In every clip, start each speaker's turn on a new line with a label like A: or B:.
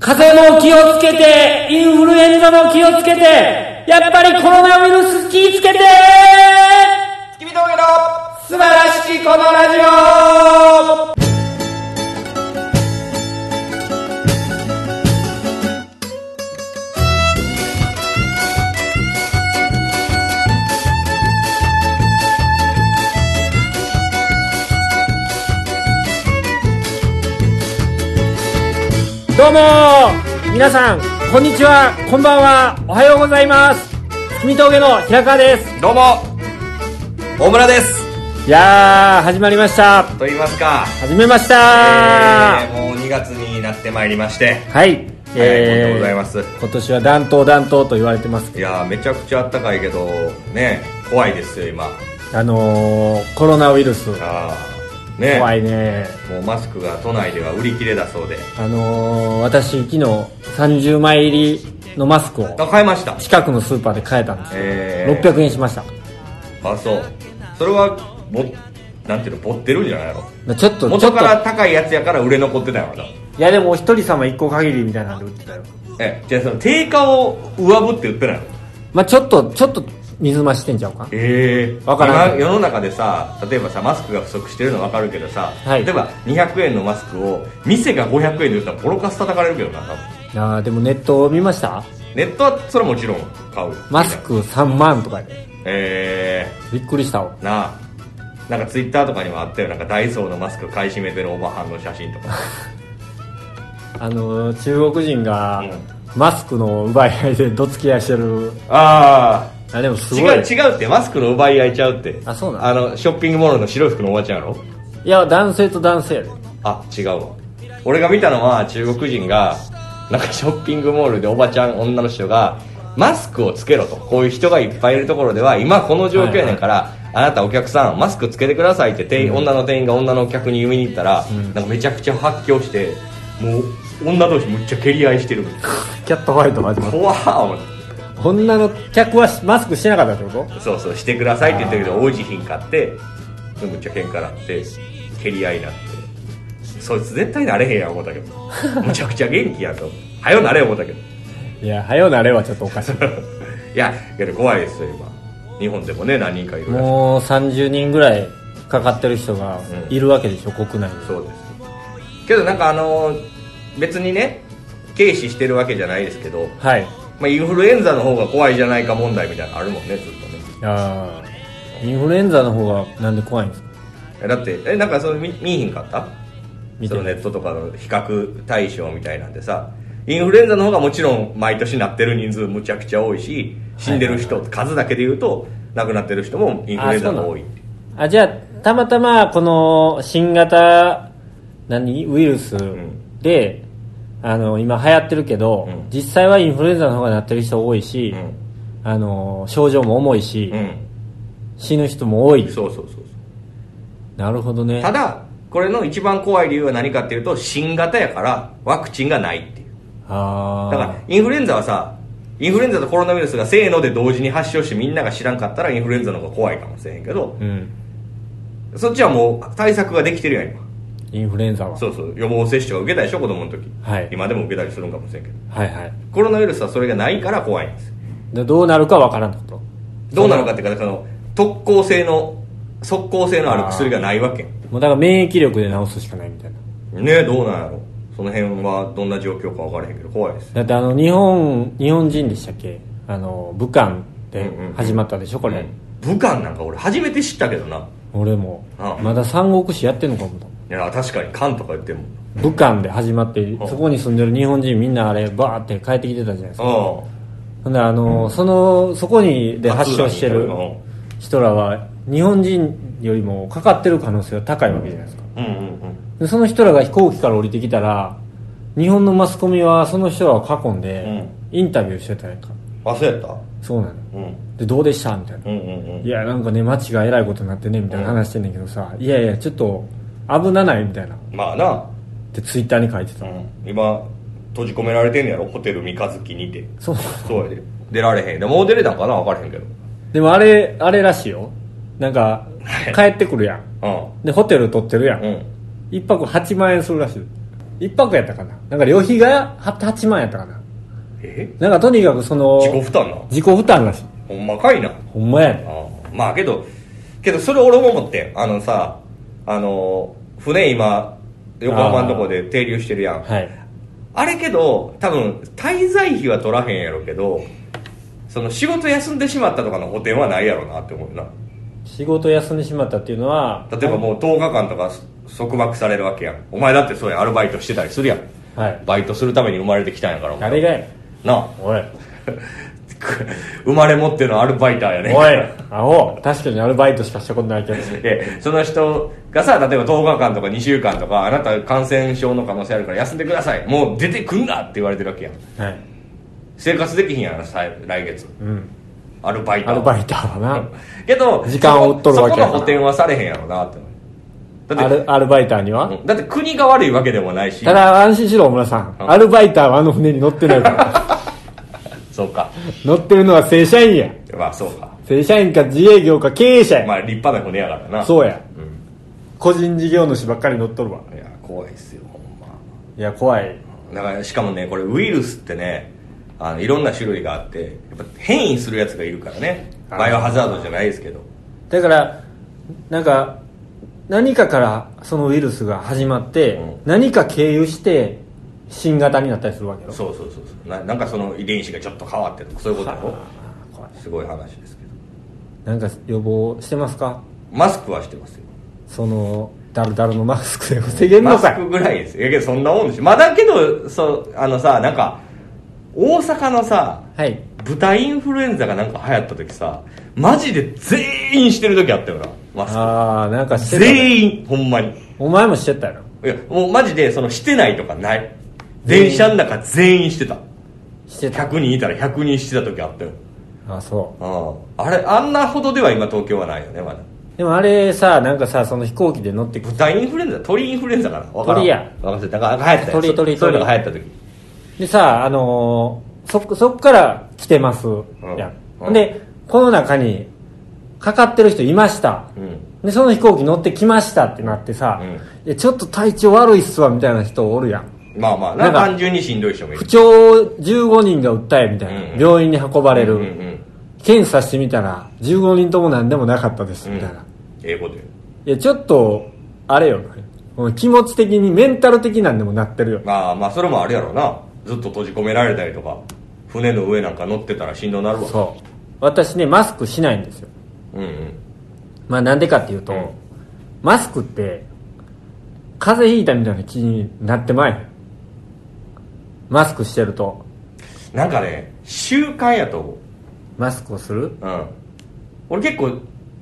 A: 風邪も気をつけて、インフルエンザも気をつけて、やっぱりコロナウイルス気をつけて
B: 月見峠の素晴らしきこのラジオ
A: どうも皆さん、こんにちは、こんばんは、おはようございます。月見峠の平川です。
B: どうも大村です
A: いやー、始まりました。
B: と言いますか、
A: 始めました
B: えーもう2月になってまいりまして
A: はい、
B: ありがとうございます
A: 今年は暖冬暖冬と言われてます
B: いやーめちゃくちゃあったかいけどね怖いですよ今
A: あのー、コロナウイルス、
B: あーね
A: 怖いね
B: もうマスクが都内では売り切れだそうで
A: あのー、私昨日30枚入りのマスクを
B: あ買いました
A: 近くのスーパーで買えたんですよ、
B: えー
A: 600円しました
B: あそうそれはぼなんていうのぼってるんじゃないの
A: まあちょっとちょ
B: 元
A: っ
B: か
A: と
B: ら高いやつやから売れ残ってたよない
A: やでもお一人様1個限りみたいなんで売ってたよ
B: えじゃあその定価を上ぶって売ってないの
A: まあちょっとちょっと水増ししてんちゃうか
B: ええ
A: わからん
B: 今世の中でさ例えばさマスクが不足してるの分かるけどさ、
A: はい
B: 例えば200円のマスクを店が500円で売ったらボロカス叩かれるけどな多分
A: いやーでもネットを見ました
B: ネットはそれはもちろん買うよ
A: マスク3万とかで
B: え
A: びっくりしたわ
B: えなあなんかツイッターとかにもあったよなんかダイソーのマスク買い占めてるおばはんの写真と か
A: あのー、中国人が
B: う
A: マスクの奪い合いでどつき合いしてる
B: ああ
A: あでもすごい
B: 違う違うってマスクの奪い合いちゃうって
A: あそうなの
B: あのショッピングモールの白い服のおばちゃんやろ
A: いや男性と男性やで
B: あ違うわ俺が見たのは中国人がなんかショッピングモールでおばちゃん女の人がマスクをつけろとこういう人がいっぱいいるところでは今この状況やねんから、あなたお客さんマスクつけてくださいって店員、女の店員が女のお客に言いに行ったら、なんかめちゃくちゃ発狂してもう女同士むっちゃ蹴り合いしてるみたいな
A: キャットファイト始ま
B: 怖ー思って
A: た女の客はマスクしてなかったってこと
B: そうそうしてくださいって言ったけど王子品買ってでむっちゃ喧嘩なって蹴り合いになってそいつ絶対なれへんやん思ったけどむちゃくちゃ元気やとはよなれ思ったけど
A: いや早うなれはちょっとおかしい
B: いやけど怖いですよ今日本でもね何人かいるらしい
A: もう30人ぐらいかかってる人が
B: うん
A: いるわけでしょ、国内に
B: そうですけどなんかあの別にね軽視してるわけじゃないですけど、
A: はい
B: まあ、インフルエンザの方が怖いじゃないか問題みたいなのあるもんねずっとね
A: あーインフルエンザの方がなんで怖いんですか
B: えだってえなんかそれ見見えへんかった
A: 見て
B: そのネットとかの比較対象みたいなんでさインフルエンザの方がもちろん毎年なってる人数むちゃくちゃ多いし死んでる人、数だけで言うと亡くなってる人もインフルエンザが多いって
A: あじゃあたまたまこの新型何ウイルス
B: ん
A: で、あの今流行ってるけど、
B: うん
A: 実際はインフルエンザの方がなってる人多いし、
B: うん
A: あの症状も重いし、
B: うん
A: 死ぬ人も多い
B: そうそうそうそう
A: なるほどね
B: ただこれの一番怖い理由は何かっていうと新型やからワクチンがないっていう
A: あ
B: だからインフルエンザはさインフルエンザとコロナウイルスがせーので同時に発症してみんなが知らんかったらインフルエンザの方が怖いかもしれへんけど
A: らうん
B: そっちはもう対策ができてるやん今
A: インフルエンザは
B: そうそう予防接種が受けたでしょ子供の時、
A: はい
B: 今でも受けたりするんかもしれんけど
A: はいはい
B: コロナウイルスはそれがないから怖いんですよ
A: でどうなるかわからんってこと
B: どうなのかっていうかその特効性の即効性のある薬がないわけね
A: もうだから免疫力で治すしかないみたいな
B: えどうなんやろその辺はどんな状況か分からへんけど怖いです
A: だってあの日本日本人でしたっけあの武漢で
B: うんうん
A: 始まったでしょこれ、
B: うん武漢なんか俺初めて知ったけどな
A: 俺も
B: ああ
A: まだ三国志やってんのかもと思
B: いや確かに漢とか言っても
A: った武漢で始まって
B: ああ
A: そこに住んでる日本人みんなあれバーって帰ってきてたじゃないですか
B: あ
A: ほんであの、そのそこにで発症してる人らは日本人よりもかかってる可能性が高いわけじゃないですか
B: あうんうんうん
A: でその人らが飛行機から降りてきたら日本のマスコミはその人らを囲んで、インタビューしてたやんか
B: あそうやった
A: そうなの
B: うん
A: でどうでしたみたいな
B: うんうん
A: いやなんかね街がえらいことになってねみたいな話してんねんけどさ、いやいやちょっと危なないみたいなっ
B: うんまあな、
A: てツイッターに書いてた、
B: うん、今閉じ込められてんねやろホテル三日月にて
A: そう
B: そうやで出られへんでもう出れたんかな分からへんけど
A: でもあれあれらしいよなんか帰ってくるやん
B: う
A: でホテル取ってるやん、
B: んうん
A: 一泊8万円するらしい一泊やったかななんか旅費が8万やったかな
B: え
A: なんかとにかくその
B: 自己負担な
A: 自己負担らしい
B: ほんまかいな
A: ほんまやね
B: あーまあけどけどそれ俺も思ってんあのさあの船今横浜のとこで停留してるやんあ
A: はい
B: れけど多分滞在費は取らへんやろうけどその仕事休んでしまったとかの補填はないやろうなって思うな
A: 仕事休んでしまったっていうのは
B: 例えばもう10日間とか束縛されるわけやんお前だってそうやアルバイトしてたりするやん
A: はい
B: バイトするために生まれてきたんやからお前
A: 誰がやねん
B: なあ
A: おい
B: 生まれ持ってのアルバイターやねん
A: おいアホ確かにアルバイトしかしたことないけど
B: でその人がさ例えば10日間とか2週間とかあなた感染症の可能性あるから休んでくださいもう出てくんなって言われてるわけやん
A: はい
B: 生活できひんやろさ来月
A: うん
B: アルバイト
A: アルバイターは
B: けど
A: 時間を売っとるわけや
B: そこそこの補填はされへんやろなって思う
A: なア
B: だって
A: ルアルバイターには、
B: うんだって国が悪いわけでもないした
A: だ安心しろ小村さん、
B: うん
A: アルバイターはあの船に乗ってないから
B: そうか
A: 乗ってるのは正社員や
B: まあそうか
A: 正社員か自営業か経営者や、
B: まあ立派な船やからな
A: そうや
B: うん
A: 個人事業主ばっかり乗っとるわ
B: いや怖いっすよほんま
A: いや怖い
B: だからしかもねこれウイルスってねあのいろんな種類があってやっぱ変異するやつがいるからね
A: あー
B: バイオハザードじゃないですけど
A: だからなんか何かからそのウイルスが始まって、
B: うん
A: 何か経由して新型になったりするわけよ
B: そうそうそうそうななんかその遺伝子がちょっと変わってとかそういうことやろ
A: 怖い
B: すごい話ですけど
A: なんか予防してますか
B: マスクはしてますよ
A: そのダルダルのマスクで防げんの
B: マ
A: か
B: ス
A: い
B: クぐらいですよいやけどそんなもんでしょまあだけどそうあのさなんか大阪のさ
A: はい
B: 豚インフルエンザがなんか流行った時さマジで全員してる時あったよなマ
A: ああなんかし
B: スク
A: てたね
B: 全員ほんまに
A: お前もしてたよ
B: いやもうマジでそのしてないとかない電車の中全員してた
A: してた
B: 100人いたら100人してた時あったよ
A: あそう
B: うんあれあんなほどでは今東京はないよねまだ
A: でもあれさなんかさその飛行機で乗ってく
B: 豚インフルエンザ鳥インフルエンザかなわからん
A: 鳥や
B: 分かったなんか流行ったよ
A: 鳥
B: そ
A: 鳥
B: そういうのが流行った時
A: でさあのーそそっから来てますや
B: うん
A: ん、
B: うん
A: でこの中にかかってる人いました、
B: うん
A: でその飛行機乗ってきましたってなってさ、
B: うん
A: いやちょっと体調悪いっすわみたいな人おるやん
B: まあまあ
A: な
B: なん
A: か
B: 単純にしんどい人もい
A: 不
B: る
A: 調15人が訴えみたいな、
B: うんうん
A: 病院に運ばれる、
B: うんうん
A: 検査してみたら15人とも何でもなかったです
B: うん
A: みたいな、
B: ええことよ
A: いやちょっとあれよもう気持ち的にメンタル的なんでもなってるよ
B: まあまあそれもあるやろうなずっと閉じ込められたりとか船の上なんか乗ってたらしんどなるわ
A: そう私ねマスクしないんですよ
B: うんうん
A: まあなんでかっていうと、
B: うん
A: マスクって風邪ひいたみたいな気になってまいマスクしてると
B: なんかね習慣やと思う
A: マスクをする
B: うん俺結構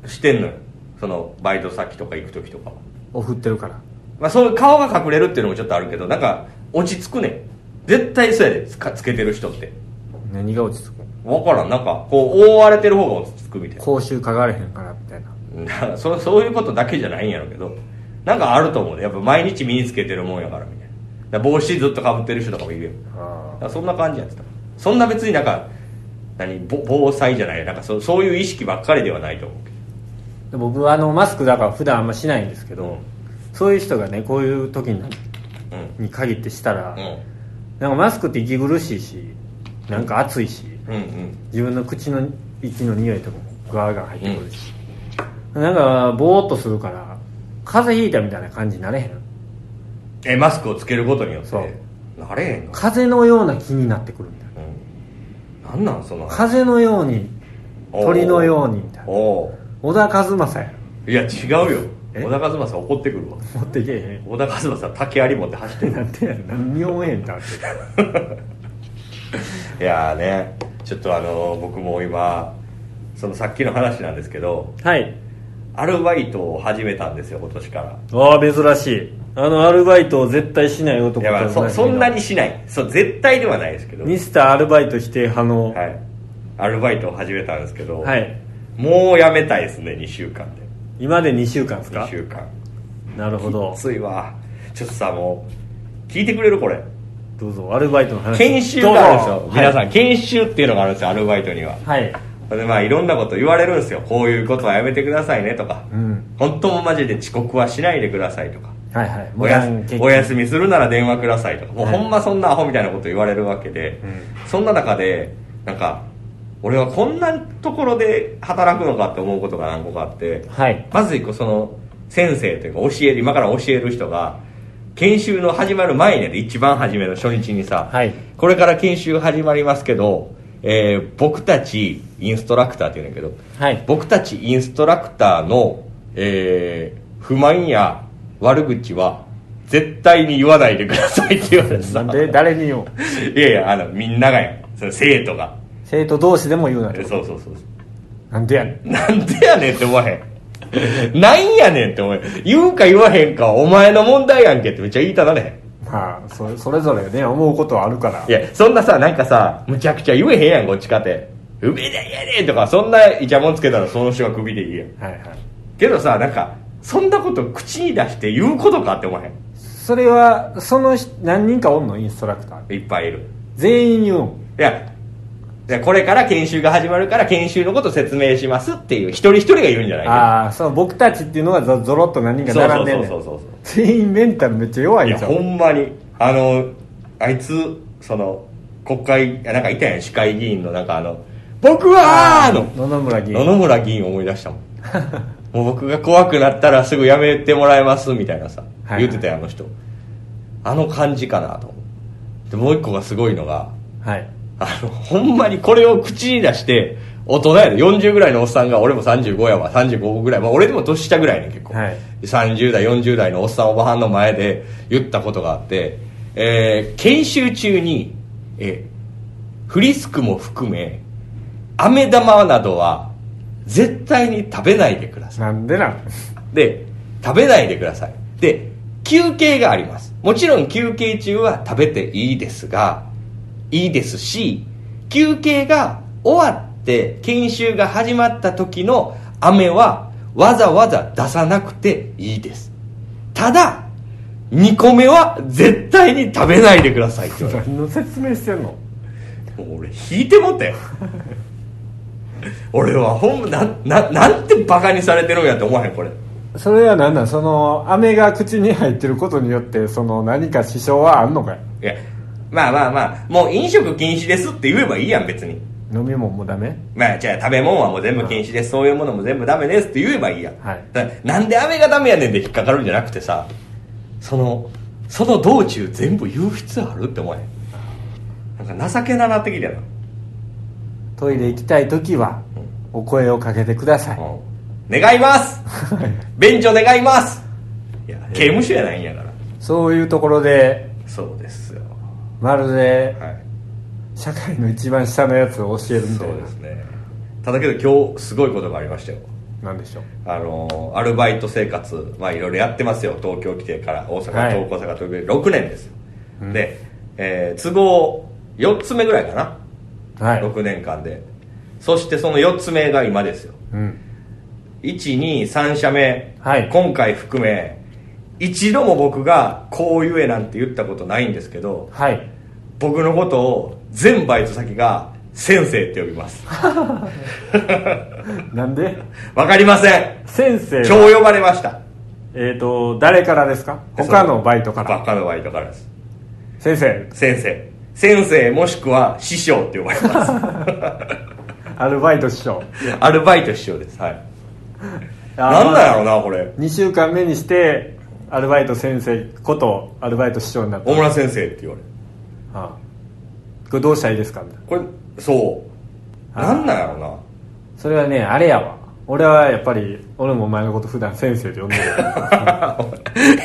B: してんのよそのバイト先とか行く時とかは、
A: を振ってるから
B: まあ、そう顔が隠れるっていうのもちょっとあるけどなんか落ち着くねん絶対そうやでつかつけてる人って
A: 何が落ち着く
B: 分からんなんかこう覆われてる方が落ち着くみたい
A: 口臭かがれへんからみたいな
B: な なそそういうことだけじゃないんやろうけどなんかあると思うねやっぱ毎日身につけてるもんやからみたいなだから帽子ずっとかぶってる人とかもいるよだからそんな感じやってたそんな別になんか何ぼ防災じゃないなんかそそういう意識ばっかりではないと思うけ
A: で僕はあのマスクだから普段あんましないんですけど、
B: うん
A: そういう人がねこういう時に
B: どうん
A: に限ってしたら、
B: うん
A: なんかマスクって息苦しいしなんか暑いし、
B: うんうん
A: 自分の口の息の匂いとかもガーガー入ってくるし、なんかボーっとするから風邪ひいたみたいな感じになれへん
B: えマスクをつけることによって
A: そう
B: なれへんの、
A: 風邪のような気になってくるみたいな
B: うん、なんなんその
A: 風のように
B: おー
A: 鳥のようにみたいな
B: お
A: 小田和正や
B: おいや違うよ
A: え
B: 小田和正怒ってくるわ
A: 持ってけえ
B: 小田和正竹槍持って走っ て
A: へんな
B: る
A: んてやん何に思えへんってあって
B: いやーねちょっとあのー僕も今そのさっきの話なんですけど
A: はい
B: アルバイトを始めたんですよ今年から
A: ああ珍しいあのアルバイトを絶対しない男
B: いやまあ
A: 同
B: そ
A: じ
B: そんなにしないそう絶対ではないですけど、は
A: ミ
B: い、
A: スターアルバイト否定派の
B: アルバイトを始めたんですけど、
A: はい
B: もうやめたいですね2週間で
A: 今で2週間です
B: 2
A: か
B: 週間
A: なるほど
B: ついわちょっとさもう聞いてくれるこれ
A: どうぞアルバイトの話
B: 研修があるんですよ
A: どうぞ
B: 皆さん研修っていうのがあるんですよアルバイトには
A: はい、
B: でまあいろんなこと言われるんですよこういうことはやめてくださいねとか、
A: うん
B: 本当もマジで遅刻はしないでくださいとか
A: はいはい
B: おやお休みするなら電話くださいとかもうほんまそんなアホみたいなこと言われるわけで、そんな中でなんか俺はこんなところで働くのかって思うことが何個かあって、
A: はい
B: まず一個その先生というか教える今から教える人が研修の始まる前にやで一番初めの初日にさ、
A: はい
B: これから研修始まりますけど、えー僕たちインストラクターって言うんだけど
A: はい
B: 僕たちインストラクターの、えー不満や悪口は絶対に言わないでくださいって言われて
A: な
B: さ
A: んで誰にも
B: いやいやあのみんながやその生徒が
A: 生徒同士でも言うな
B: え
A: よ
B: そうそうそうそう
A: なんでやねん
B: なんでやねんって思わへんなんやねんって思えへん言うか言わへんかはお前の問題やんけってめっちゃ言いたなれへん
A: まあそそれぞれね思うことはあるから
B: いやそんなさなんかさむちゃくちゃ言えへんやんこっちかて「うめえやねん」とかそんなイチャモンつけたらその人がクビでいいやん
A: はいはい
B: けどさなんかそんなこと口に出して言うことかって思わへん
A: それはその人何人かおんのインストラクター
B: いっぱいいる
A: 全員言うの
B: いやいやこれから研修が始まるから研修のこと説明しますっていう一人一人が言うんじゃない
A: ああそう僕たちっていうのがぞぞろっと何人か並んでんねん
B: そうそうそうそうそう
A: 全員メンタルめっちゃ弱
B: い
A: い
B: や
A: じゃ
B: ほ
A: ん
B: んまにあのあいつその国会いやなんかいたやん市会議員のなんかあの「僕は!」の
A: 野々村議
B: 野
A: 員
B: 々村議員を思い出したもんもう僕が怖くなったらすぐやめてもらえますみたいなさ
A: はい
B: 言ってたやんあの人あの感じかなと思うでもう一個がすごいのが
A: はい
B: あのほんまにこれを口に出して大人やで40ぐらいのおっさんが俺も35やわ35ぐらい、まあ、俺でも年下ぐらいね結構、
A: はい
B: 30代40代のおっさんおばはんの前で言ったことがあって、えー研修中に、えーフリスクも含め飴玉などは絶対に食べないでくださ
A: な
B: い
A: んでなん
B: で食べないでくださいで休憩がありますもちろん休憩中は食べていいですがいいですし休憩が終わって研修が始まった時の飴はわざわざ出さなくていいですただ2個目は絶対に食べないでくださいって言われ
A: 何の説明してんの
B: たもう俺引いてもったよ俺はほんまなんななんてバカにされてるんやって思わへんこれ
A: それは何なんその飴が口に入ってることによってその何か支障はあんのかい
B: いや、まあまあまあ、もう飲食禁止ですって言えばいいやん、別に。
A: 飲み物もダメ
B: まあ、じゃあ食べ物はもう全部禁止です、そういうものも全部ダメですって言えばいいやん。
A: はい
B: だからなんで飴がダメやねんって引っかかるんじゃなくてさ、その、その道中全部言う必要あるって思え。なんか情けななってきたよ
A: トイレ行きたい時はお声をかけてください
B: な。うん。願います便所願いますいや、刑務所やないんやから。
A: そういうところで
B: そうですよ。
A: まるで
B: はい。
A: 社会の一番下のやつを教えるみた
B: そ
A: いうな
B: ですね。ただけど今日すごいことがありましたよ。
A: なんでしょう
B: あのアルバイト生活、まあ、いろいろやってますよ東京来てから大阪、
A: はい
B: 東京大阪東京6年ですよ、で、えー都合4つ目ぐらいかな、
A: はい、
B: 6年間でそしてその4つ目が今ですよ
A: うん、
B: 123社目、
A: はい
B: 今回含め一度も僕がこう言えなんて言ったことないんですけど
A: はい
B: 僕のことを全バイト先が先生って呼びます
A: なんで
B: わかりません
A: 先生は
B: 今日呼ばれました
A: えっ、と誰からですか他のバイトから
B: 他のバイトからです
A: 先生
B: 先生先生もしくは師匠って呼ばれま
A: アルバイト師匠
B: す アルバイト師匠ですはい
A: あ
B: なんだろうなこれ
A: 2週間目にしてアルバイト先生ことアルバイト師匠になった
B: 大村先生って言われる
A: ああこれどうしたらいいですかみたいな
B: これそうなんなんやろうな
A: それはねあれやわ俺はやっぱり俺もお前のこと普段先生で呼んでる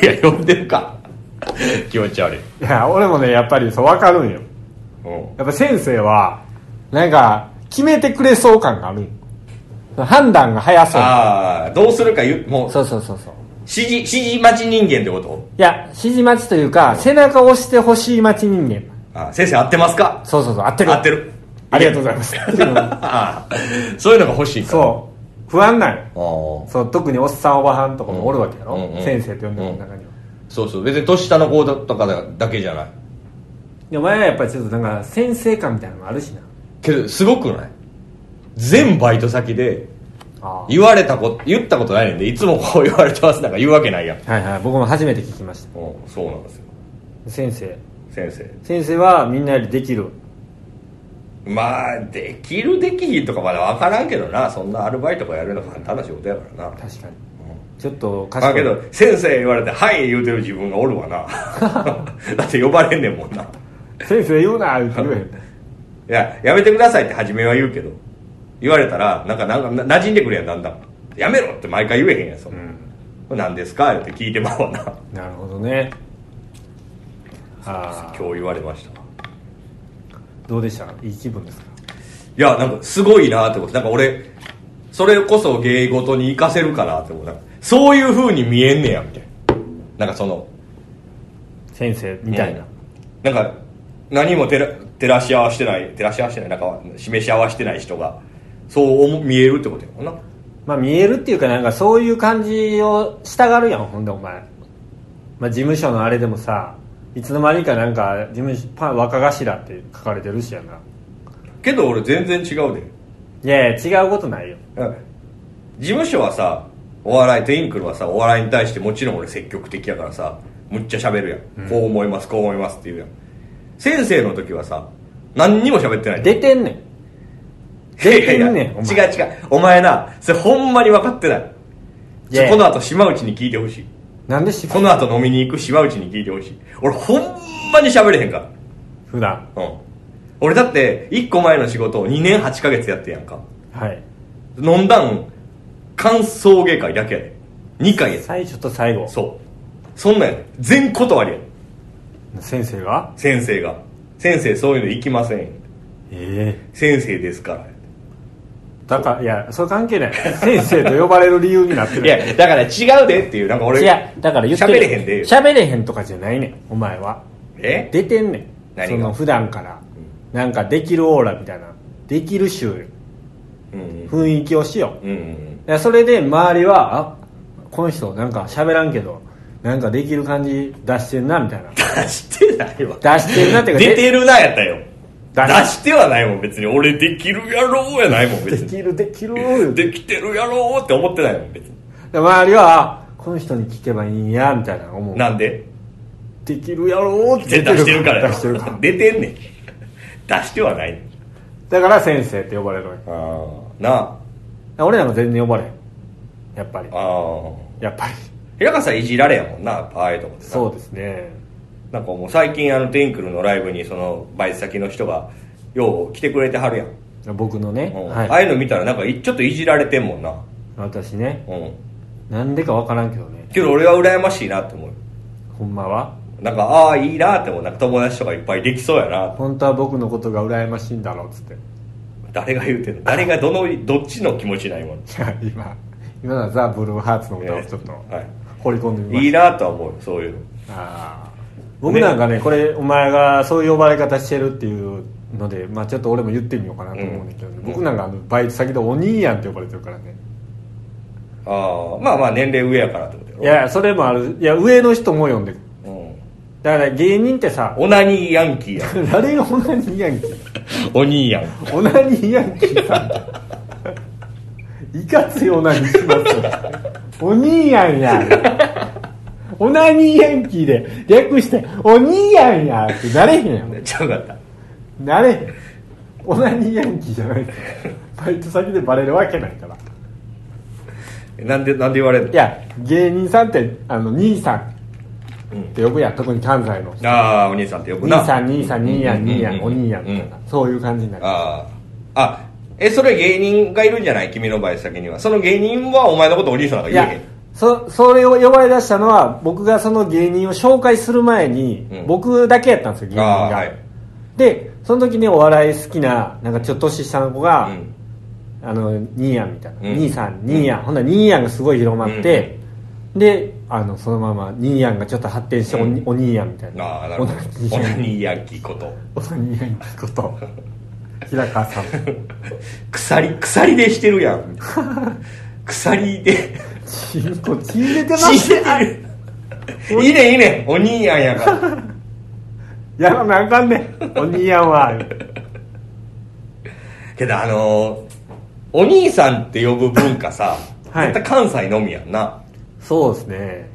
B: いや呼んでるか気持ち悪い、
A: いや俺もねやっぱりそう分かるんよ
B: うん、
A: やっぱ先生はなんか決めてくれそう感があるんよ判断が早そう
B: ああどうするか言うもう
A: そうそうそうそう
B: 指示指示待ち人間ってこと
A: いや指示待ちというか背中を押してほしい待ち人間
B: あー先生合ってますか
A: そうそうそう合ってる
B: 合ってる
A: ありがとうござい ます
B: あーそういうのが欲しいから
A: そう不安なんよ
B: あー
A: そう特におっさんおばはんとかもおるわけやろ、
B: うんうんうん
A: 先生って呼んでる中には、
B: そうそう別に年下の子とかだけじゃない
A: でお前はやっぱりちょっとなんか先生感みたいなのもあるしな
B: けどすごくない全バイト先で
A: あー
B: 言われたこと言ったことないねんでいつもこう言われてますなんか言うわけないやん
A: はいはい僕も初めて聞きまし
B: うんそうなんですよ
A: た先生
B: 先生
A: 先生はみんなよりできる
B: まあできるできひんとかまだ分からんけどなそんなアルバイトがやるの簡単な仕事やからな
A: 確かにちょっと賢
B: だ
A: い
B: けど先生言われて「はい」言うてる自分がおるわ なだって呼ばれんねんもんな
A: 先生言うなって言えへん
B: いややめてくださいって初めは言うけど言われたらなんかなんかな馴染んでくるやんだんだんやめろって毎回言えへんやんそんな、これ何ですかって聞いてまうわな
A: なるほどねああ
B: 今日言われました
A: どうでしたいい気分ですか
B: いやなんかすごいなってことなんか俺それこそ芸事に活かせるかなって思うなんかそういう風に見えんねやみたいななんかその
A: 先生みたいな、
B: うんなんか何も照ら照らし合わせてない照らし合わせてないなんか示し合わせてない人がそう思見えるってことやもんな
A: まあ見えるっていうかなんかそういう感じをしたがるやんほんでお前、まあ、事務所のあれでもさいつの間にかなんか事務所パン若頭って書かれてるしやな
B: けど俺全然違うで
A: いやいや違うことないよ
B: うん事務所はさお笑いテインクルはさお笑いに対してもちろん俺積極的やからさむっちゃ喋るやん、こう思いますこう思いますって言うやん先生の時はさ何にも喋ってない
A: 出てんねん出てんねん
B: い
A: お
B: やいや
A: 前
B: 違う違うお前なそれほんまに分かってない
A: いやいや
B: この後島内に聞いてほしい
A: なんでし
B: この後飲みに行く島内に聞いてほしい俺ほんまに喋れへんか
A: 普段
B: らうん俺だって1個前の仕事を2年8ヶ月やってやんか
A: はい
B: 飲んだん歓送迎会だけやで2回やで
A: 最初と最後
B: そうそんなんやで全断りやで
A: 先生が
B: 先生が先生そういうの行きません
A: ええ
B: 先生ですから
A: だからいやそれ関係ない先生と呼ばれる理由になってる
B: いやだから違うでっていうなんか俺
A: 違うだから言って
B: 喋れへんでよ
A: 喋れへんとかじゃないねんお前は
B: え
A: 出てんねん
B: 何
A: そ
B: が
A: の普段からなんかできるオーラみたいなできる集
B: うんうん
A: 雰囲気をしよう
B: うんうん
A: だからそれで周りはあこの人なんか喋らんけどなんかできる感じ出してんなみたいな
B: 出してないわ
A: 出してんなっていうか
B: 出てるなやったよ
A: 出
B: 出
A: し
B: してはないもん別に俺できるやろうやないもん別
A: でき
B: に
A: るできる言うて
B: できてるやろうって思ってないもん別に
A: で周りはあこの人に聞けばいいんやみたいな思う
B: なんで
A: できるやろうって
B: 出出してるからや
A: 出してるから
B: 出てんねん出してはない
A: だから先生って呼ばれるわけ
B: あーなあ
A: 俺なんか全然呼ばれへんやっぱり
B: あー
A: やっぱり
B: 平川さんいじられやもんなああいうとこでな
A: そうですね
B: なんかもう最近あのテインクルのライブにそのバイト先の人がよう来てくれてはるやん、
A: 僕のね、
B: うんあ
A: は
B: あ
A: い、
B: いうの見たらなんかいちょっといじられてんもんな
A: 私ね
B: うん
A: なんでかわからんけどね
B: けど俺は羨ましいなって思う
A: ほんまは
B: なんかああいいなって思うなんか友達とかいっぱいできそうやな
A: 本当は僕のことが羨ましいんだろうっつって
B: 誰が言うてんの誰がどのどっちの気持ちないもん
A: いや今今のはザ・ブルーハーツの歌をちょっと
B: はい
A: 掘り込んでみま
B: いい
A: した
B: なとは思うよそういうの
A: あー僕なんかねこれお前がそういう呼ばれ方してるっていうので、まあ、ちょっと俺も言ってみようかなと思うねんだけどね、
B: うん
A: 僕なんかあのバイト先でお兄やんって呼ばれてるからね
B: ああまあまあ年齢上やからってことやろ
A: いやそれもあるいや上の人も呼んでくる
B: うん
A: だから芸人ってさ
B: オナニーヤンキーや
A: 誰がオナニーヤンキー
B: オニーヤン
A: オナニーヤンキーさんいかついオナニーしますよお兄やんやオナニーヤンキーで略してお兄やんやってなれへんやん
B: ちゃうかった
A: なれへんオナニーヤンキーじゃないバイト先でバレるわけないから
B: なんでなんで言われるの
A: いや芸人さんってあの兄さんって呼ぶやん特に関西の
B: ああお兄さんって呼ぶ
A: 兄
B: な
A: さん兄さん兄やん兄や
B: うんん
A: お兄やんみたいなそういう感じになる
B: あああえそれ芸人がいるんじゃない君の場合先にはその芸人はお前のことお兄さんなんか
A: い
B: 言
A: や
B: え
A: そそれを呼ばれ出したのは僕がその芸人を紹介する前に、
B: うん
A: 僕だけやったんですよ芸人が、
B: あーはい
A: でその時にお笑い好きななんかちょっと年下の子が「
B: へんうん
A: あの兄やん」みたいな「
B: うん
A: 兄さん兄やん」ほんなら兄やんがすごい広まって、であのそのまま兄やんがちょっと発展してお,、
B: うん
A: お兄やんみたいな
B: ああなるほど
A: お
B: オ
A: 兄
B: ナ
A: やん
B: ニーヤンキーこと
A: お兄やんこと 平川さん
B: 鎖鎖でしてるやん鎖で
A: チンコチン出てま
B: 死ん
A: す
B: でる いいねいいねお兄やんやから
A: やらなあ かんねんお兄やんは
B: けどあのーお兄さんって呼ぶ文化さ、
A: はい
B: 絶対関西のみやんな
A: そうですね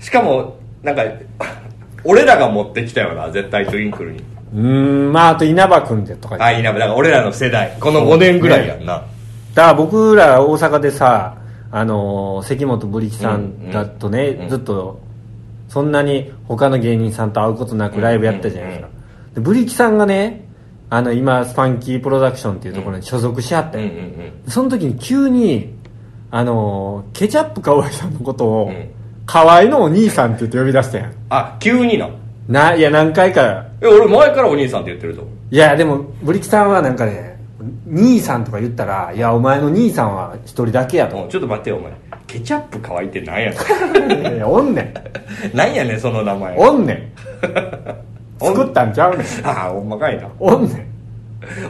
B: しかもなんか俺らが持ってきたよな絶対トゥインクルに
A: うーんまああと稲葉君でとか
B: あいいなだから俺らの世代この5年ぐらいやんな、
A: だから僕ら大阪でさあのー関本ブリキさんだとね、
B: うんうん
A: ずっとそんなに他の芸人さんと会うことなくライブやったじゃないですか、
B: う
A: でブリキさんがねあの今スパンキープロダクションっていうところに所属しはった
B: うん
A: よ、
B: うんうん
A: その時に急にあのーケチャップ河合さんのことを、
B: うん
A: 河合のお兄さんって言って呼び出したやん
B: あ急にな
A: ないや何回か
B: え俺前からお兄さんって言ってるぞ
A: いやでもブリキさんはなんかね兄さんとか言ったら「いやお前の兄さんは一人だけや」と
B: おいちょっと待ってよお前ケチャップ可愛いってなんや ね
A: いやいやおんねん
B: んなんやねんその名前
A: おんねん
B: おん
A: 作ったんちゃうねん
B: ああほんまかいな
A: おんねん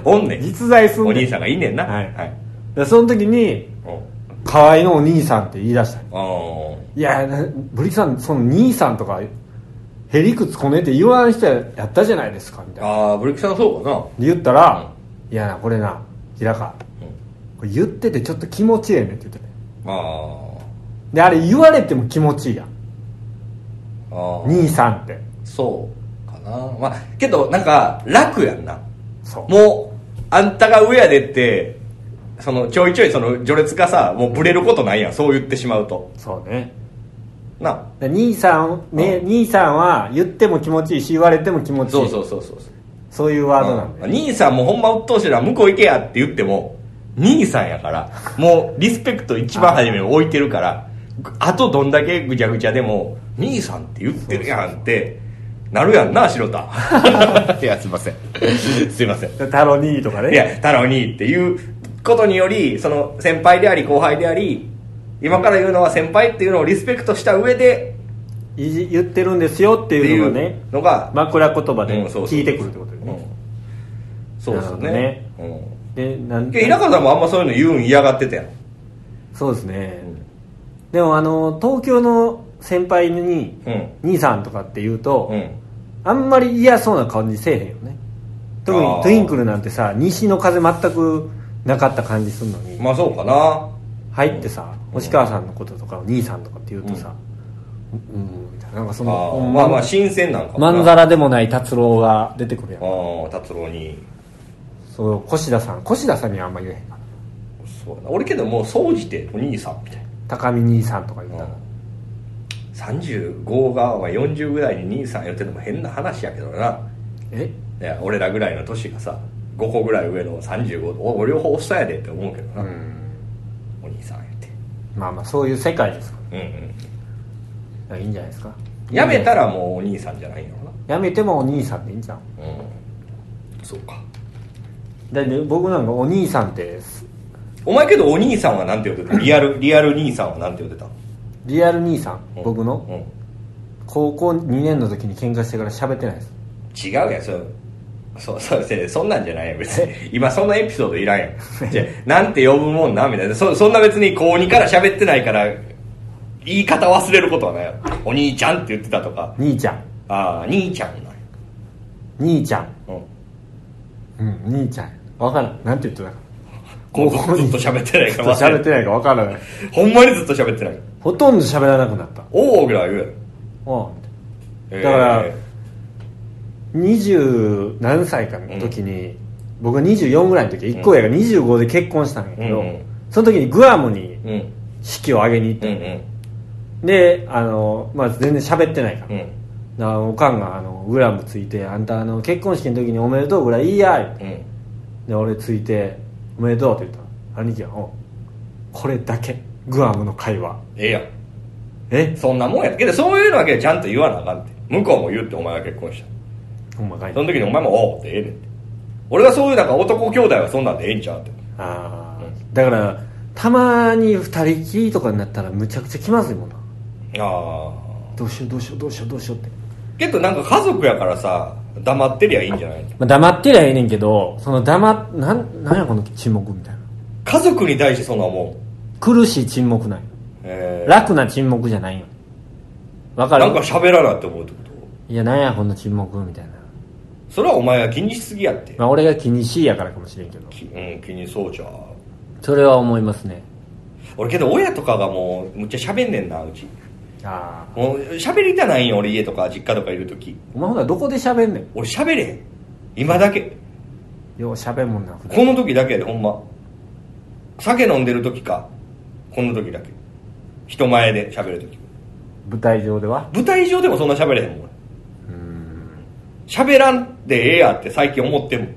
B: おんねん
A: 実在すんねん
B: お兄さんがいんねんな
A: はい
B: はい
A: でその時に
B: おう
A: 「河合のお兄さん」って言い出した
B: おう
A: いやなブリキさんその兄さんとかへりくつこねって言わん人やったじゃないですかみたいな
B: ああブリキさんそうかな
A: で言ったら「いやなこれな平川これ言っててちょっと気持ちええねん」って言ってて
B: あ
A: であれ言われても気持ちいいやん
B: ーあー
A: 兄さんって
B: そうかなまあけどなんか楽やんな
A: そう
B: もうあんたが上やでってそのちょいちょいその序列がさもうブレることないやんそう言ってしまうと
A: そうね
B: な
A: で兄さんね、兄さんは言っても気持ちいいし言われても気持ちいい
B: そうそうそうそうそう
A: そういうワードなんで、
B: うん兄さんもほんま鬱陶しいな向こう行けやって言っても兄さんやからもうリスペクト一番初めに置いてるからあとどんだけぐちゃぐちゃでも兄さんって言ってるやんってなるやんな白田 いやすいません すいません
A: でタロニーとかね
B: いや太郎にっていうことによりその先輩であり後輩であり今から言うのは先輩っていうのをリスペクトした上で
A: いじ言ってるんですよって
B: って
A: い
B: いう
A: の
B: う
A: がね
B: のが、
A: 枕言葉
B: う
A: で
B: んそうそう
A: 聞いてくるってことで
B: う
A: ね、
B: んそうですね
A: なる
B: うん
A: でなん
B: いや田舎さんもあんまそういうの言うん嫌がってたやん
A: そうですね、でもあの東京の先輩に、
B: うん
A: 兄さんとかって言うと、
B: うん
A: あんまり嫌そうな感じせえへんよね特に
B: あー
A: トゥインクルなんてさ西の風全くなかった感じするのに、
B: まあそうかな
A: 入ってさ、星川さんのこととかお兄さんとかって言うとさ、うん、うんみたいななんかそ
B: あ
A: の
B: ーまあまあ新鮮なんかもな
A: まんざらでもない達郎が出てくるやん
B: あー達郎に
A: そう越田さん越田さんにはあんま言えへんかな
B: そうやな俺けどもう総じてお兄さんみたい
A: 高見兄さんとか言っ
B: な、
A: た
B: う
A: ら、
B: ん、35がまあ40ぐらいに兄さん言ってるのも変な話やけどな
A: え
B: いや俺らぐらいの年がさ5個ぐらい上の35おお両方おっさんやでって思うけどな、
A: うん
B: お兄さんやって
A: まあまあそういう世界ですか
B: うんうん
A: らいいんじゃないですか
B: やめたらもうお兄さんじゃないのか
A: やめてもお兄さんでいいんじゃん
B: なうんそうか
A: だって僕なんかお兄さんって
B: お前けどお兄さんはなんて 呼んでたリアルリアル兄さんはなんて呼んでた
A: リアル兄さん、
B: うん
A: 僕の、
B: うん
A: 高校2年の時に喧嘩してから喋ってないです
B: 違うやんそうそうそうせそんなんじゃないよ別に今そんなエピソードいらんやん じゃあなんて呼ぶもんなみたいなそそんな別に高2から喋ってないから言い方忘れることはないよお兄ちゃんって言ってたとか
A: 兄ちゃん
B: ああ兄ちゃんなんや
A: 兄ちゃん
B: うん
A: うん兄ちゃん分からんなんて言ってたか
B: 高校ずっと喋ってないから
A: 喋ってないか分からない
B: ほんまにずっと喋ってない
A: ほとんど喋らなくなった
B: おおぐらい言うやろ
A: おう
B: えー
A: だから二十何歳かの時に、僕が24ぐらいの時一個上が25で結婚したんやけど、
B: うんうん
A: その時にグアムに
B: うん
A: 式を挙げに行って、
B: うんうん
A: であの、まあ、全然喋ってないから、
B: う
A: だか
B: ん
A: らおかんがあのグラムついて「あんたあの結婚式の時におめでとうぐらいいいや」って
B: うん
A: で俺ついて「おめでとう」って言ったら兄貴が「おうこれだけグアムの会話
B: ええやん
A: え
B: そんなもんやけどそういうのだけはちゃんと言わなあかんって向こうも言うってお前が結婚した
A: ほんまかい
B: その時にお前も「おお」ってええねんって俺がそういうなんか男兄弟はそんなんでええんちゃうって
A: ああだからたまに二人きりとかになったらむちゃくちゃ気まずいもんな
B: ああ
A: どうしようどうしようどうしようどうしようって、
B: けどなんか家族やからさ黙ってりゃいいんじゃない
A: まあ、黙ってりゃええねんけどその黙っなんなんやこの沈黙みたいな
B: 家族に対してそんなもん
A: 苦しい沈黙なんよ
B: えー
A: 楽な沈黙じゃないよわかる
B: なんか喋らないって思うってこと
A: いやなんやこの沈黙みたいな、
B: それはお前が気にしすぎやって
A: まあ、俺が気にしいやからかもしれんけど
B: きうん気にそうじゃう
C: それは思いますね
B: 俺けど親とかがもうむっちゃ喋んねんなうち
A: ああ
B: もう喋りたないんよ俺家とか実家とかいる時
A: お前ほなどこで喋んねん
B: 俺喋れへん今だけ
A: よう喋んもんな
B: この時だけやでほんま酒飲んでる時かこの時だけ人前で喋る時
A: 舞台上では
B: 舞台上でもそんな喋れへんもん俺
A: うん
B: 喋らんでええやって最近思ってんもん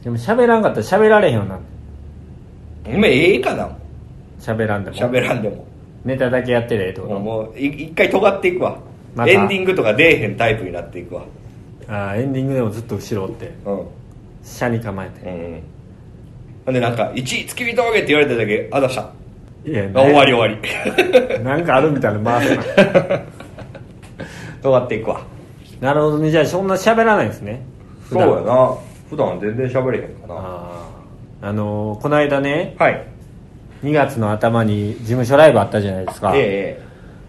A: でも喋らんかったら喋られへんようになる
B: お前ええかな
A: 喋らんでも
B: 喋らんでも
A: ネタだけやってりゃええってこ
B: もう
A: と
B: もうい一回尖っていくわ、
A: また
B: エンディングとか出えへんタイプになっていくわ
A: ああエンディングでもずっと後ろおって
B: うん
A: 車に構え
B: う
A: て、
B: んほんでなんか「1位月見峠」って言われただけあだしたあ
A: いや
B: 終わり終わり
A: りなんかあるみたいな回すな
B: 尖っていくわ
A: なるほどねじゃあそんな喋らないんですね普段
B: な普段全然喋れへんか
A: あああのーこの間ね
B: はい
A: 2月の頭に事務所ライブあったじゃないですか、
B: え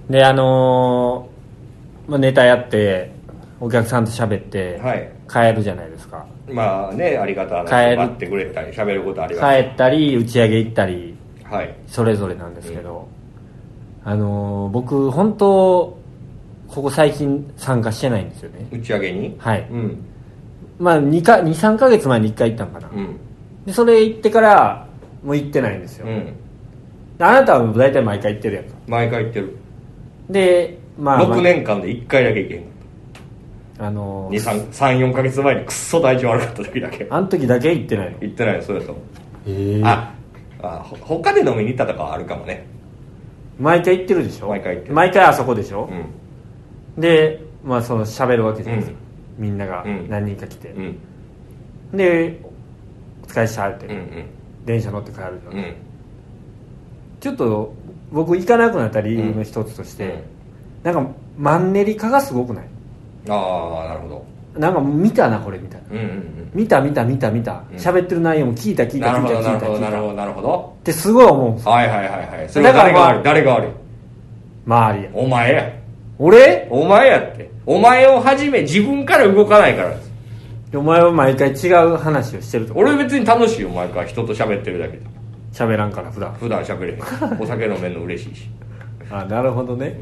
A: であのーまあ、ネタやってお客さんと喋って、
B: はい
A: 帰るじゃないですか
B: えまあねありがた
A: 帰
B: な
A: る
B: 待ってくれたり喋ることありがたい
A: 帰ったり打ち上げ行ったり
B: はい
A: それぞれなんですけど、あのー僕本当ここ最近参加してないんですよね
B: 打ち上げに
A: はい
B: うん
A: まあ23か月前に1回行ったんかな、
B: うん
A: でそれ行ってからもう行ってないんですよ、
B: うん
A: であなたはもう大体毎回行ってるやんか
B: 毎回言ってる
A: でまあ、まあ
B: 6年間で1回だけ行けん
A: あのー
B: 34か月前にクッソ体調悪かった時だけ
A: あの時だけ行ってないの
B: 行ってないよそうやと思う
A: え
B: ああほ他で飲みに行ったとかはあるかもね
A: 毎回行ってるでしょ
B: 毎回行ってる
A: 毎回あそこでしょ
B: う、ん
A: でまあその喋るわけじゃないですか、みんなが
B: うん
A: 何人か来て
B: う、ん
A: でお疲れっしたって、
B: うん
A: 電車乗って帰るじゃん
B: うんうん
A: ちょっと僕行かなくなった理由の一つとして、なんかマンネリ化がすごくない
B: ああなるほど
A: なんか見たなこれみたいな
B: うんうんうん
A: 見た見た見た見た
B: うん
A: 喋ってる内容も聞いた聞いた
B: なる
A: 聞い
B: ほ
A: た
B: どな
A: 聞い
B: る
A: た
B: ほど
A: 聞
B: ないる
A: た
B: ほ
A: っ
B: どなるほど
A: てすごい思うんですよ
B: はいはいはいはいそれは
A: だから
B: 誰が
A: まあ
B: 悪い誰が悪い
A: 周りや
B: お前や
A: 俺
B: お前やってお前をはじめ自分から動かないからです
A: お前は毎回違う話をしてると
B: 俺別に楽しいよ毎回人と喋ってるだけで
A: 喋らんから普段
B: 普段喋れへんお酒飲めんの嬉しいし
A: あなるほどね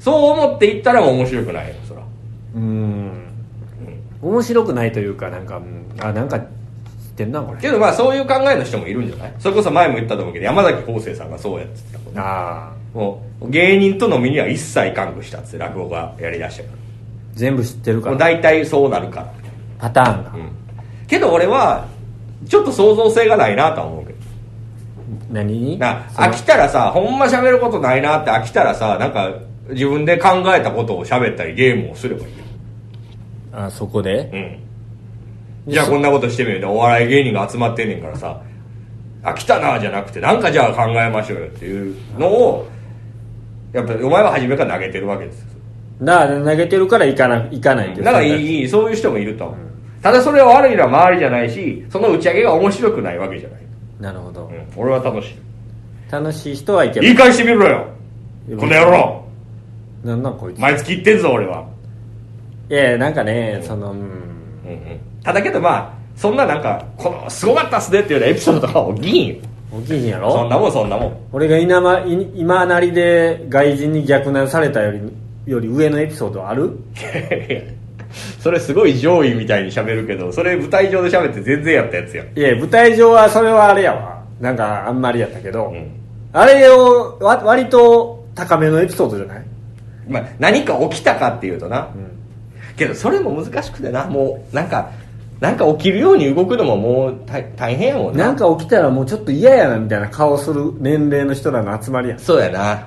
B: そう思っていったらもう面白くないよそら
A: うん面白くないというかなんか、うんあなんか知ってんなこれ
B: けどまあそういう考えの人もいるんじゃないそれこそ前も言ったと思うけど山崎康生さんがそうやってたこと
A: ああ
B: もう芸人と飲みには一切看護したっつって落語がやりだしたか
A: 全部知ってる
B: ら
A: か
B: もう
A: ら
B: 大体そうなるから
A: パターンが、
B: うんけど俺はちょっと創造性がないなとは思うけど
A: 何に
B: な
A: その
B: 飽きたらさほんま喋ることないなって飽きたらさなんか自分で考えたことを喋ったりゲームをすればいいよ
A: あそこで
B: うんじゃあこんなことしてみようでお笑い芸人が集まってんねんからさ飽きたなじゃなくてなんかじゃあ考えましょうよっていうのをやっぱりお前は初めから投げてるわけですよ
A: な投げてるから行かな行かないっていう
B: だからいいいいそういう人もいると思う、ただそれは悪いのは周りじゃないしその打ち上げが面白くないわけじゃない、
A: なるほど、
B: うん、俺は楽しい
A: 楽しい人はいけば
B: 言い返してみろよ
A: いや
B: この野郎
A: なんなんこいつ
B: 毎月言ってんぞ俺はい
A: やいやなんかね、そのうん
B: うんうんただけどまあそんななんかこのすごかったっすねっていうようなエピソードとかを議員よ
A: 大きいんや
B: そん
A: ろ
B: なもんそんなもん
A: 俺が今まい今なりで外人に逆ナンされたよりより上のエピソードある
B: いや それすごい上位みたいに喋るけどそれ舞台上で喋って全然やったやつやん
A: いや舞台上はそれはあれやわなんかあんまりやったけど、
B: ん
A: あれをわ割と高めのエピソードじゃない
B: まあ、何か起きたかっていうとな、けどそれも難しくてなもうなんかなんか起きるように動くのももう大大変やもんな
A: なんか起きたらもうちょっと嫌やなみたいな顔する年齢の人らの集まりやん
B: そうやな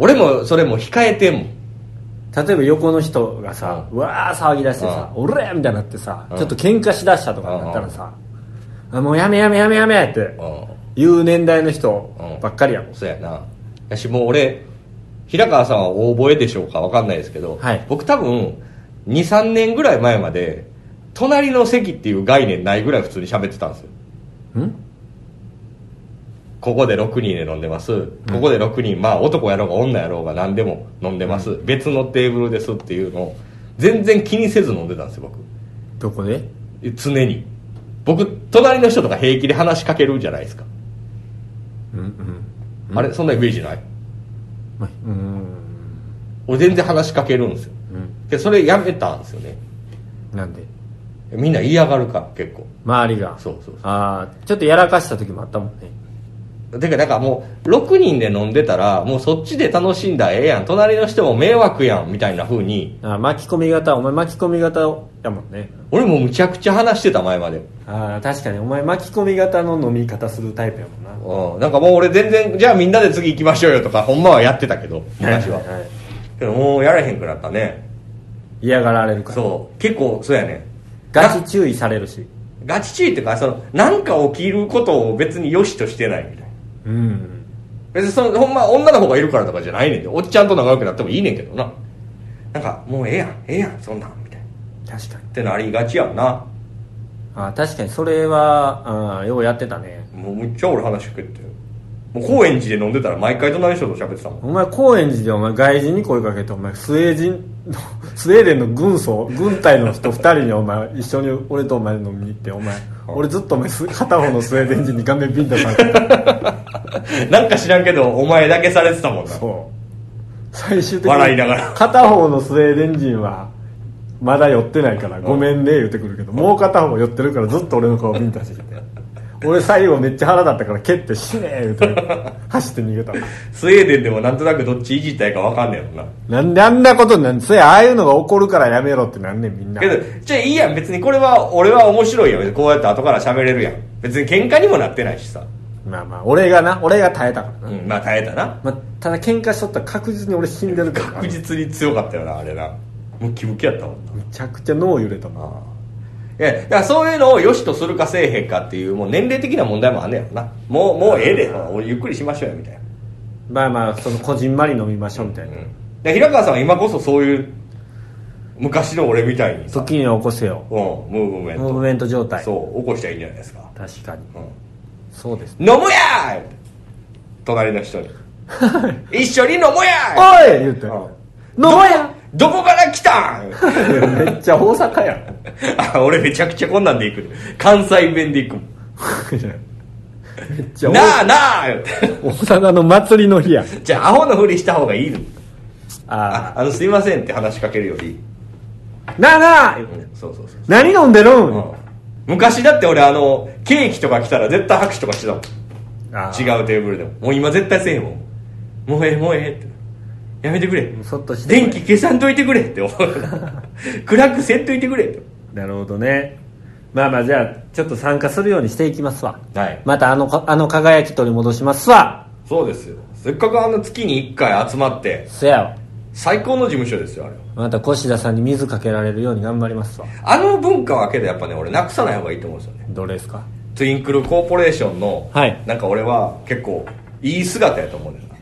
B: 俺もそれも控えてんもん
A: 例えば横の人がさ、うわー騒ぎ出してさ「おれ!」みたいになってさ、
B: うん
A: ちょっと喧嘩しだしたとかになったらさ「あもうやめやめやめやめ!」って
B: う
A: いう年代の人
B: うん
A: ばっかりやもん、
B: んそうやなやしもう俺平川さんは大覚えでしょうかわかんないですけど、
A: はい
B: 僕多分23年ぐらい前まで隣の席っていう概念ないぐらい普通に喋ってたんですよ
A: うん
B: ここで6人で飲んでます、ここで6人まあ男やろうが女やろうが何でも飲んでます、別のテーブルですっていうのを全然気にせず飲んでたんですよ僕
A: どこで
B: 常に僕隣の人とか平気で話しかけるじゃないですか
A: うんうん
B: あれそんなイメージない
A: まあうん
B: 俺全然話しかけるんですよ
A: うん
B: でそれやめたんですよね
A: なんで
B: みんな嫌がるから結構
A: 周りが
B: そうそう
A: ああちょっとやらかした時もあったもんね
B: そうてかなんかもう6人で飲んでたらもうそっちで楽しんだらええやん隣の人も迷惑やんみたいな風に
A: あー巻き込み型お前巻き込み型やもんね
B: 俺もうむちゃくちゃ話してた前まで
A: ああ確かにお前巻き込み型の飲み方するタイプやもんな
B: うん、なんかもう俺全然じゃあみんなで次行きましょうよとかほんまはやってたけど昔
A: い
B: は、
A: いい
B: けどもうやらへんくなったね
A: 嫌がられるから
B: そう結構そうやね
A: ガチ注意されるし
B: ガチ注意っていうかそのなんか起きることを別に良しとしてないみたいな
A: うん
B: 別にそのほんま女の子がいるからとかじゃないねんでおっちゃんと仲良くなってもいいねんけどななんかもうええやんええやんそんなんみたいな
A: 確かに
B: ってなりがちやんな
A: あー確かにそれはあーようやってたね
B: もうむっちゃ俺話しかけてもう高円寺で飲んでたら毎回隣の人と喋ってたもん
A: お前高円寺でお前外人に声かけてお前スウェーデンの スウェーデンの軍曹軍隊の人2人にお前一緒に俺とお前飲みに行ってお前俺ずっとお前す片方のスウェーデン人に顔面ビンタされてた
B: なんか知らんけどお前だけされてたもんな
A: そう最終的に
B: 笑いながら
A: 片方のスウェーデン人はまだ寄ってないからごめんね言うてくるけどもう片方寄ってるからずっと俺の顔ビンタしてきて俺最後めっちゃ腹立ったから蹴って死ねー言う て走って逃げた
B: スウェーデンでもなんとなくどっちいじったらいいか分かんねえもんな
A: なんであんなことになんそれああいうのが起こるからやめろってなんねんみんな
B: けどじゃあいいやん別にこれは俺は面白いよこうやって後から喋れるやん別に喧嘩にもなってないしさ、
A: まあまあ俺がな俺が耐えたからな、
B: うん、まあ耐えたな
A: まあ、ただ喧嘩しとったら確実に俺死んでるから
B: 確実に強かったよなあれなムキムキやったもんな
A: めちゃくちゃ脳揺れたもん
B: ああいやだからそういうのを良しとするかせえへんかっていうもう年齢的な問題もあんねやろなもうもうええで俺ゆっくりしましょうよみたいな、
A: まあまあそのこじんまり飲みましょうみたいな、
B: うん、で平川さんは今こそそういう昔の俺みたいにさ
A: 時に起こせよ
B: うんムーブメン
A: ムー
B: ト
A: ブメント状態
B: そう起こしたらいいんじゃないですか、
A: 確かに
B: うん、
A: そうです
B: 飲むやーい隣の人 に一緒に飲もう
A: お
B: や
A: い言うて
B: う
A: 「
B: ん
A: 飲もうや!
B: ーいどこから来た ん」
A: めっちゃ大阪やん
B: あ俺めちゃくちゃこんなんで行く関西弁で行くもん
A: めっちゃ
B: な
A: 大
B: あなあ言うて
A: 大阪の祭りの日やん
B: じゃあアホのふりした方がいいのあ
A: あ
B: あのすいませんって話しかけるより、
A: あなあなあ言う
B: う
A: て
B: んそうそうそう、
A: 何飲んでるん、
B: うん昔だって俺あのケーキとか来たら絶対拍手とかしてたもん
A: ああ
B: 違うテーブルでももう今絶対せえへんもんもうええもうええってやめてくれ
A: そっとして
B: 電気消さんといてくれって思う暗くせんといてくれって
A: なるほどねまあまあじゃあちょっと参加するようにしていきますわ
B: はい
A: またあのかあの輝き取り戻しますわ
B: そうですよせっかくあの月に1回集まって
A: せやわ
B: 最高の事務所ですよあれは
A: また越田さんに水かけられるように頑張りますわ
B: あの文化はけどやっぱね俺なくさない方がいいと思うんですよね
A: どれですか
B: ツインクルコーポレーションの、
A: はい
B: なんか俺は結構いい姿やと思うねんだよ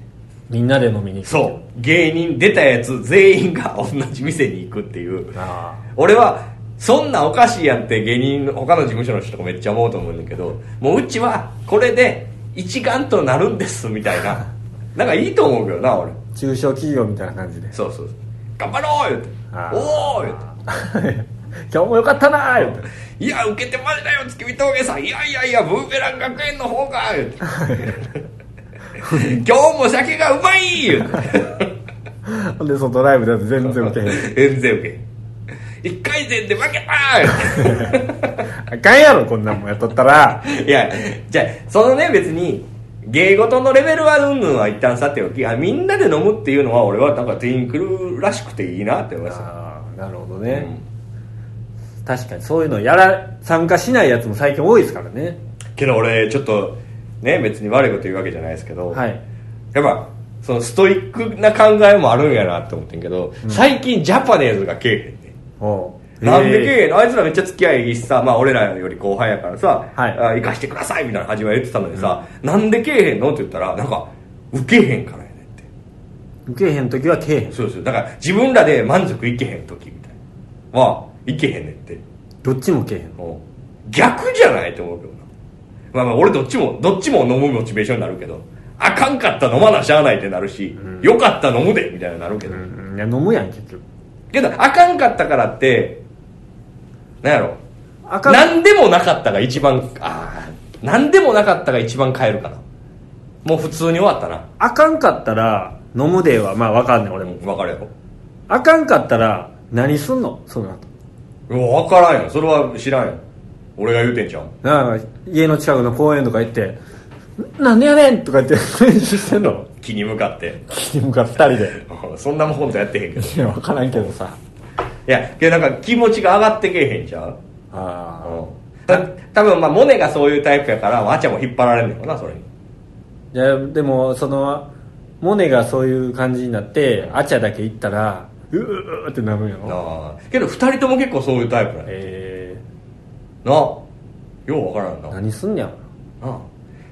A: みんなで飲みに行く
B: そう芸人出たやつ全員が同じ店に行くっていう
A: あ
B: 俺はそんなおかしいやんって芸人の他の事務所の人とかめっちゃ思うと思うんだけどもううちはこれで一丸となるんですみたいな なんかいいと思うけどな俺
A: あ中小企業みたいな感じで
B: そうそうそう頑張ろうよって
A: あ
B: おーよ
A: 今日もよかったなー言うて
B: っていや受けてましたよ月見峠さんいやいやいやブーベラン学園の方が言うて 今日も酒がうまい言うて
A: ほんで外ライブだと全然ウケへ ん
B: 全然受けへん一回戦で負けた言うて
A: あかんやろこんなんもんやっとったら
B: いや、じゃあ、そのね、別に、芸事のレベルはうんぬんは一旦さておき、あみんなで飲むっていうのは、俺はなんか、テインクルらしくていいなって思います。
A: ああなるほどね、確かにそういうのやら参加しないやつも最近多いですからね
B: けど俺、ちょっと、ね、別に悪いこと言うわけじゃないですけど、
A: はい
B: やっぱ、そのストイックな考えもあるんやなって思ってんけど、最近ジャパネーズがけえへんねん
A: おう
B: なんで
A: えー
B: けえへんのあいつらめっちゃ付き合いいいしさ、まあ俺らより後輩やからさ、
A: はい
B: あ行かしてくださいみたいな始まり言ってたのにさ、なんでけえへんのって言ったら、なんか、受けへんからやねんって。
A: 受けへん時はけえへん
B: そうですよだから自分らで満足いけへん時みたいなはあいけへんねんって
A: どっちもけえへんの
B: もう逆じゃないと思うけどなまあまあ俺どっちもどっちも飲むモチベーションになるけどあかんかったら飲まなしゃあないってなるし、よかったら飲むでみたいになるけど、
A: うんいや飲むやん結局
B: けどあかんかったからってなんやろ
A: あかん
B: 何でもなかったが一番ああ何でもなかったが一番変えるかなもう普通に終わったな
A: あかんかったら飲むではまあわかんねん俺も
B: 分かるやろ
A: あかんかったら何すんのその後
B: 分からんよそれは知らんよ俺が言うてんじゃん
A: なあ家の近くの公園とか行って「ななんでやねん!」とか言って練習してんの
B: 気に向かって
D: キムが2人で
B: そんなもんとやってへんけどい
D: いや分からんけどさ
B: やけどなんか気持ちが上がってけえへんじゃん
D: ああ
B: た多分まあモネがそういうタイプやからわちゃんも引っ張られんのかなそれに
A: いやでもそのモネがそういう感じになってアチャだけ行ったら
D: うーってなるんやろ
B: なあけど二人とも結構そういうタイプなんや
A: え
B: なあよう分からんな
A: ー、
B: な
A: 何すんねや
B: あ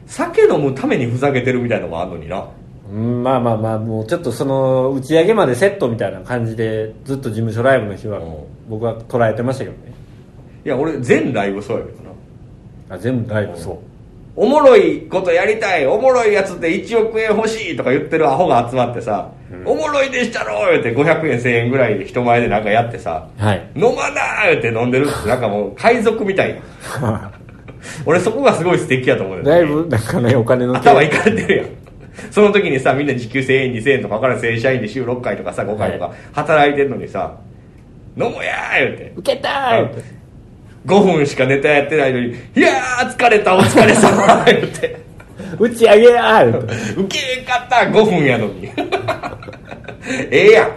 B: 酒飲むためにふざけてるみたいのがあんのにな
A: うんまあまあまあもうちょっとその打ち上げまでセットみたいな感じでずっと事務所ライブの日は
B: うん
A: 僕は捉えてましたけどね
B: いや俺全ライブそうやけどな
A: あ全部ライブそう
B: おもろいことやりたいおもろいやつで1億円欲しいとか言ってるアホが集まってさ、おもろいでしたろーって500円1000円ぐらいで人前でなんかやってさ
A: はい
B: 飲まなーって飲んでるってなんかもう海賊みたいな俺そこがすごい素敵やと思うんだ
A: ラ
B: よ
A: イ
B: ね
A: ブなんかねお金の経
B: 頭いかれてるやんその時にさみんな時給1000円2000円とかわからん正社員で週6回とかさ5回とか働いてんのにさ「飲もうやー」って
A: 受けたーって
B: 5分しかネタやってないのに「いやー疲れたお疲れ様」言って
A: 打ち上げやーって
B: 「ウケへんかった5分やのに」ええやん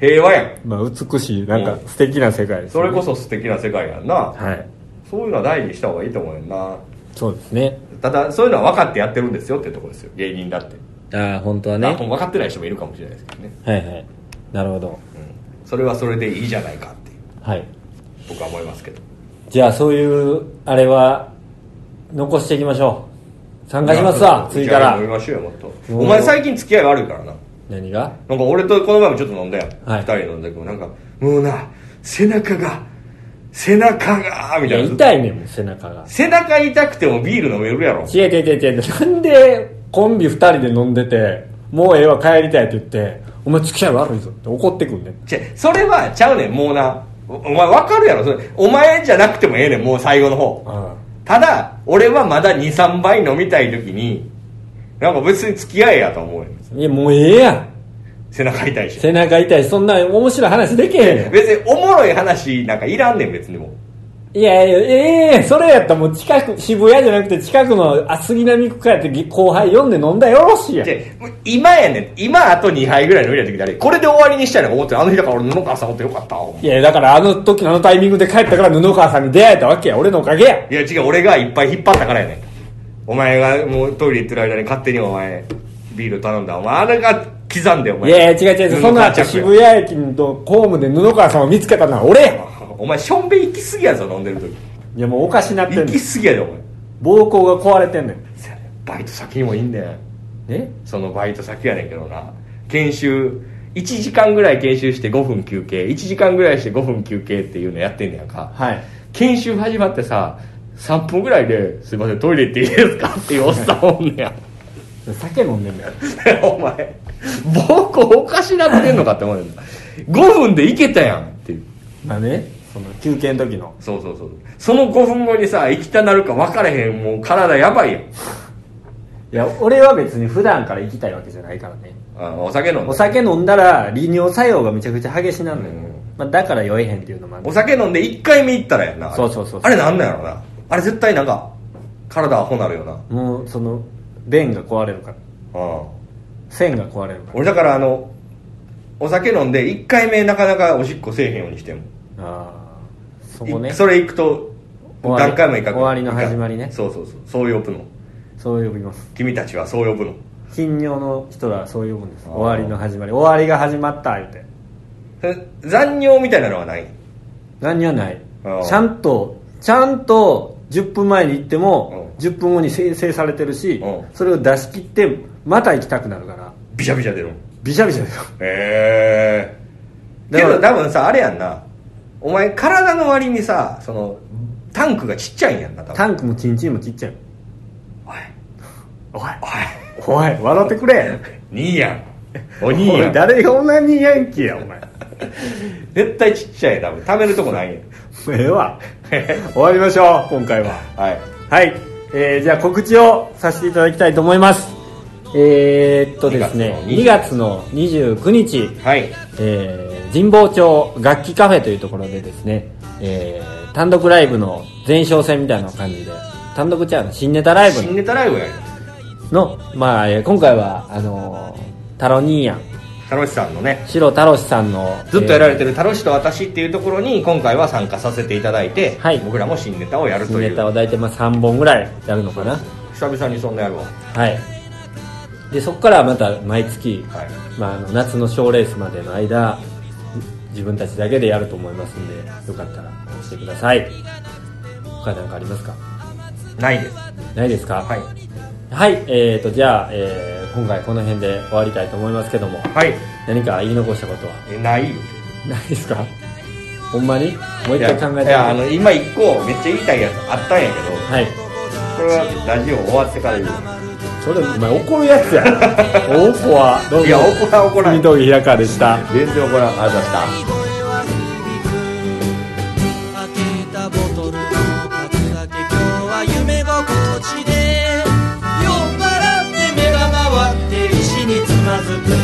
B: 平和やん
A: まあ美しいなんか素敵な世界です
B: そ
A: ね、
B: れこそ素敵な世界やんな
A: はい
B: そういうのは大事にした方がいいと思うよな
A: そうですね
B: ただそういうのは分かってやってるんですよっていうところですよ芸人だって、
A: ああ本当はね
B: あ分かってない人もいるかもしれないですけどね、
A: はいはいなるほど
B: うん、それはそれでいいじゃないかっていう
A: はい
B: 僕は思いますけど
A: じゃあそういうあれは残していきましょう参加しますわ次か
B: 飲み
A: ら
B: ましょうよもっと
A: うん
B: お前最近付き合い悪いからな
A: 何が
B: なんか俺とこの前もちょっと飲んだよ、
A: はい
B: 2人飲んだけどなんかもうな背中が背中がみ
A: い
B: た
A: や
B: いな
A: 痛いねんもう背中が
B: 背中痛くてもビール飲めるやろ
A: 違う違う違う違うなんでコンビ2人で飲んでてもうええわ帰りたいって言ってお前付き合い悪いぞって怒ってくんねん
B: ちゃそれはちゃうねんもうなおお前分かるやろそれお前じゃなくてもええねんもう最後の方
A: あ
B: ただ俺はまだ23杯飲みたい時になんか別に付き合えやと思うよ
A: あいやもうええやん
B: 背中痛いし
A: 背中痛いそんな面白い話できへんよ
B: 別におもろい話なんかいらんねん別にもう
A: いやいや、ええそれやったらもう近く、渋谷じゃなくて近くのあ杉並区からってぎ後輩読んで飲んだらよろしいやん。
B: でもう今やねん今あと2杯ぐらい飲みたい時だねこれで終わりにしたいなと思ってるあの日だから俺布川さんほんとよかったわ
A: いや、だからあの時のあのタイミングで帰ったから布川さんに出会えたわけや。俺のおかげや。
B: いや違う俺がいっぱい引っ張ったからやねんお前がもうトイレ行ってる間に勝手にお前ビール頼んだお前あれが刻んでお
A: い
B: 前
A: やいや、違う違う違う。その
B: 布川ち
A: 後
B: ゃん
A: 渋谷駅のホームで布川さんを見つけたのは俺や。
B: お前しょんべん行き過ぎやぞ飲んでる時
A: いや、もうおかしなってん
B: 行
A: ねん
B: き。過ぎやでお前
A: 膀胱が壊れてんねん。
B: せやねんバイト先にもいんねん
A: え
B: そのバイト先やねんけどな研修1時間ぐらい研修して5分休憩1時間ぐらいして5分休憩っていうのやってんねやんか
A: はい。
B: 研修始まってさ3分ぐらいで「すいませんトイレ行っていいですか?」っていうおっさんおんねや
A: 酒飲んでんだよ。
B: お前僕おかしなってんのかって思うよ5分で行けたやんっていう
A: まあね、その休憩の時の。
B: そうそうそうその5分後にさ行きたなるか分かれへんもう体やばいやん
A: いや、俺は別に普段から行きたいわけじゃないからね。
B: あお酒飲ん
A: お
B: で
A: 酒飲んだら利尿作用がめちゃくちゃ激しなんだよ、
B: うん
A: まあ、だから酔えへんっていうのもある
B: お酒飲んで1回目行ったらやんなあれ
A: そうそうそうそう
B: あれなんなんやろなあれ絶対なんか体アホなるよな
A: もうその便が壊れるから
B: うん
A: 線が壊れるか
B: 俺だからあのお酒飲んで1回目なかなかおしっこせえへんようにしても
A: らああそこね
B: いそれ行くと
A: 終わり
B: 何回も行かん
A: 終わりの始まりね
B: そうそうそうそう呼ぶの
A: そう呼びます
B: 君たちはそう呼ぶの
A: 頻尿の人らはそう呼ぶんです
B: あー
A: 終わりの始まり終わりが始まった言うて
B: え残尿みたいなのはない
A: 何にはない
B: あー
A: ちゃんとちゃんと10分前に行っても
B: うん
A: 10分後に生成されてるし
B: うん
A: それを出し切ってまた行きたくなるから
B: ビシャビシャ出るの
A: ビシャビシャだよ
B: へえ
A: だ
B: け
A: から
B: ど多分さあれやんなお前体の割にさそのタンクがちっちゃいんやんな多分
A: タンクもチンチンもちっちゃいお
B: おい
A: い
B: おい
A: おい笑ってくれ
B: 兄やんお兄や
A: おい
B: ん
A: 誰がオナニーヤンキーやお前
B: 絶対ちっちゃい多 分溜めるとこないんやん
A: ええわ終わりましょう今回は
B: はい
A: はいえーじゃあ告知をさせていただきたいと思いますえー、っとですね2
B: 2
A: 月の29日、
B: はい
A: えー神保町楽器カフェというところでですね、えー単独ライブの前哨戦みたいな感じで単独ちゃうの新ネタライブの
B: 新ネタライブやる
A: の、まあえー今回はあのータロニーヤン
B: タロシさんのね
A: 白太郎さんの
B: ずっとやられて
A: る、
B: るタロシと私っていうところに今回は参加させていただいて、
A: はい
B: 僕らも新ネタをや
A: え
B: る
A: ー
B: とい
A: ネ
B: う
A: タを大体まあ3本ぐらいやるのかな
B: 久々にそんなやるわ
A: はいでそこからまた毎月、
B: はい
A: まあ、あの夏の賞ーレースまでの間自分たちだけでやると思いますんでよかったら応援してください他何かありますか
B: ないです
A: ないですか
B: はい
A: はい、えー、とじゃあ、えー今回この辺で終わりたいと思いますけども
B: はい
A: 何か言い残したことは
B: えないよ
A: ないです かほんまにもう
B: い
A: 一
B: や
A: 回考え
B: い
A: て
B: やあの今一個めっちゃ言いたいやつあったんやけど
A: はい
B: これはラジオ終わってから言う
A: それお前怒るやつ や大子はどうぞ
B: いや怒らん怒らん
A: 水戸木平川でした
B: 全然怒らんあざした
E: 「開けたボトルの数だけ今日は夢心地で」「酔っ払って目が回って石につまずく」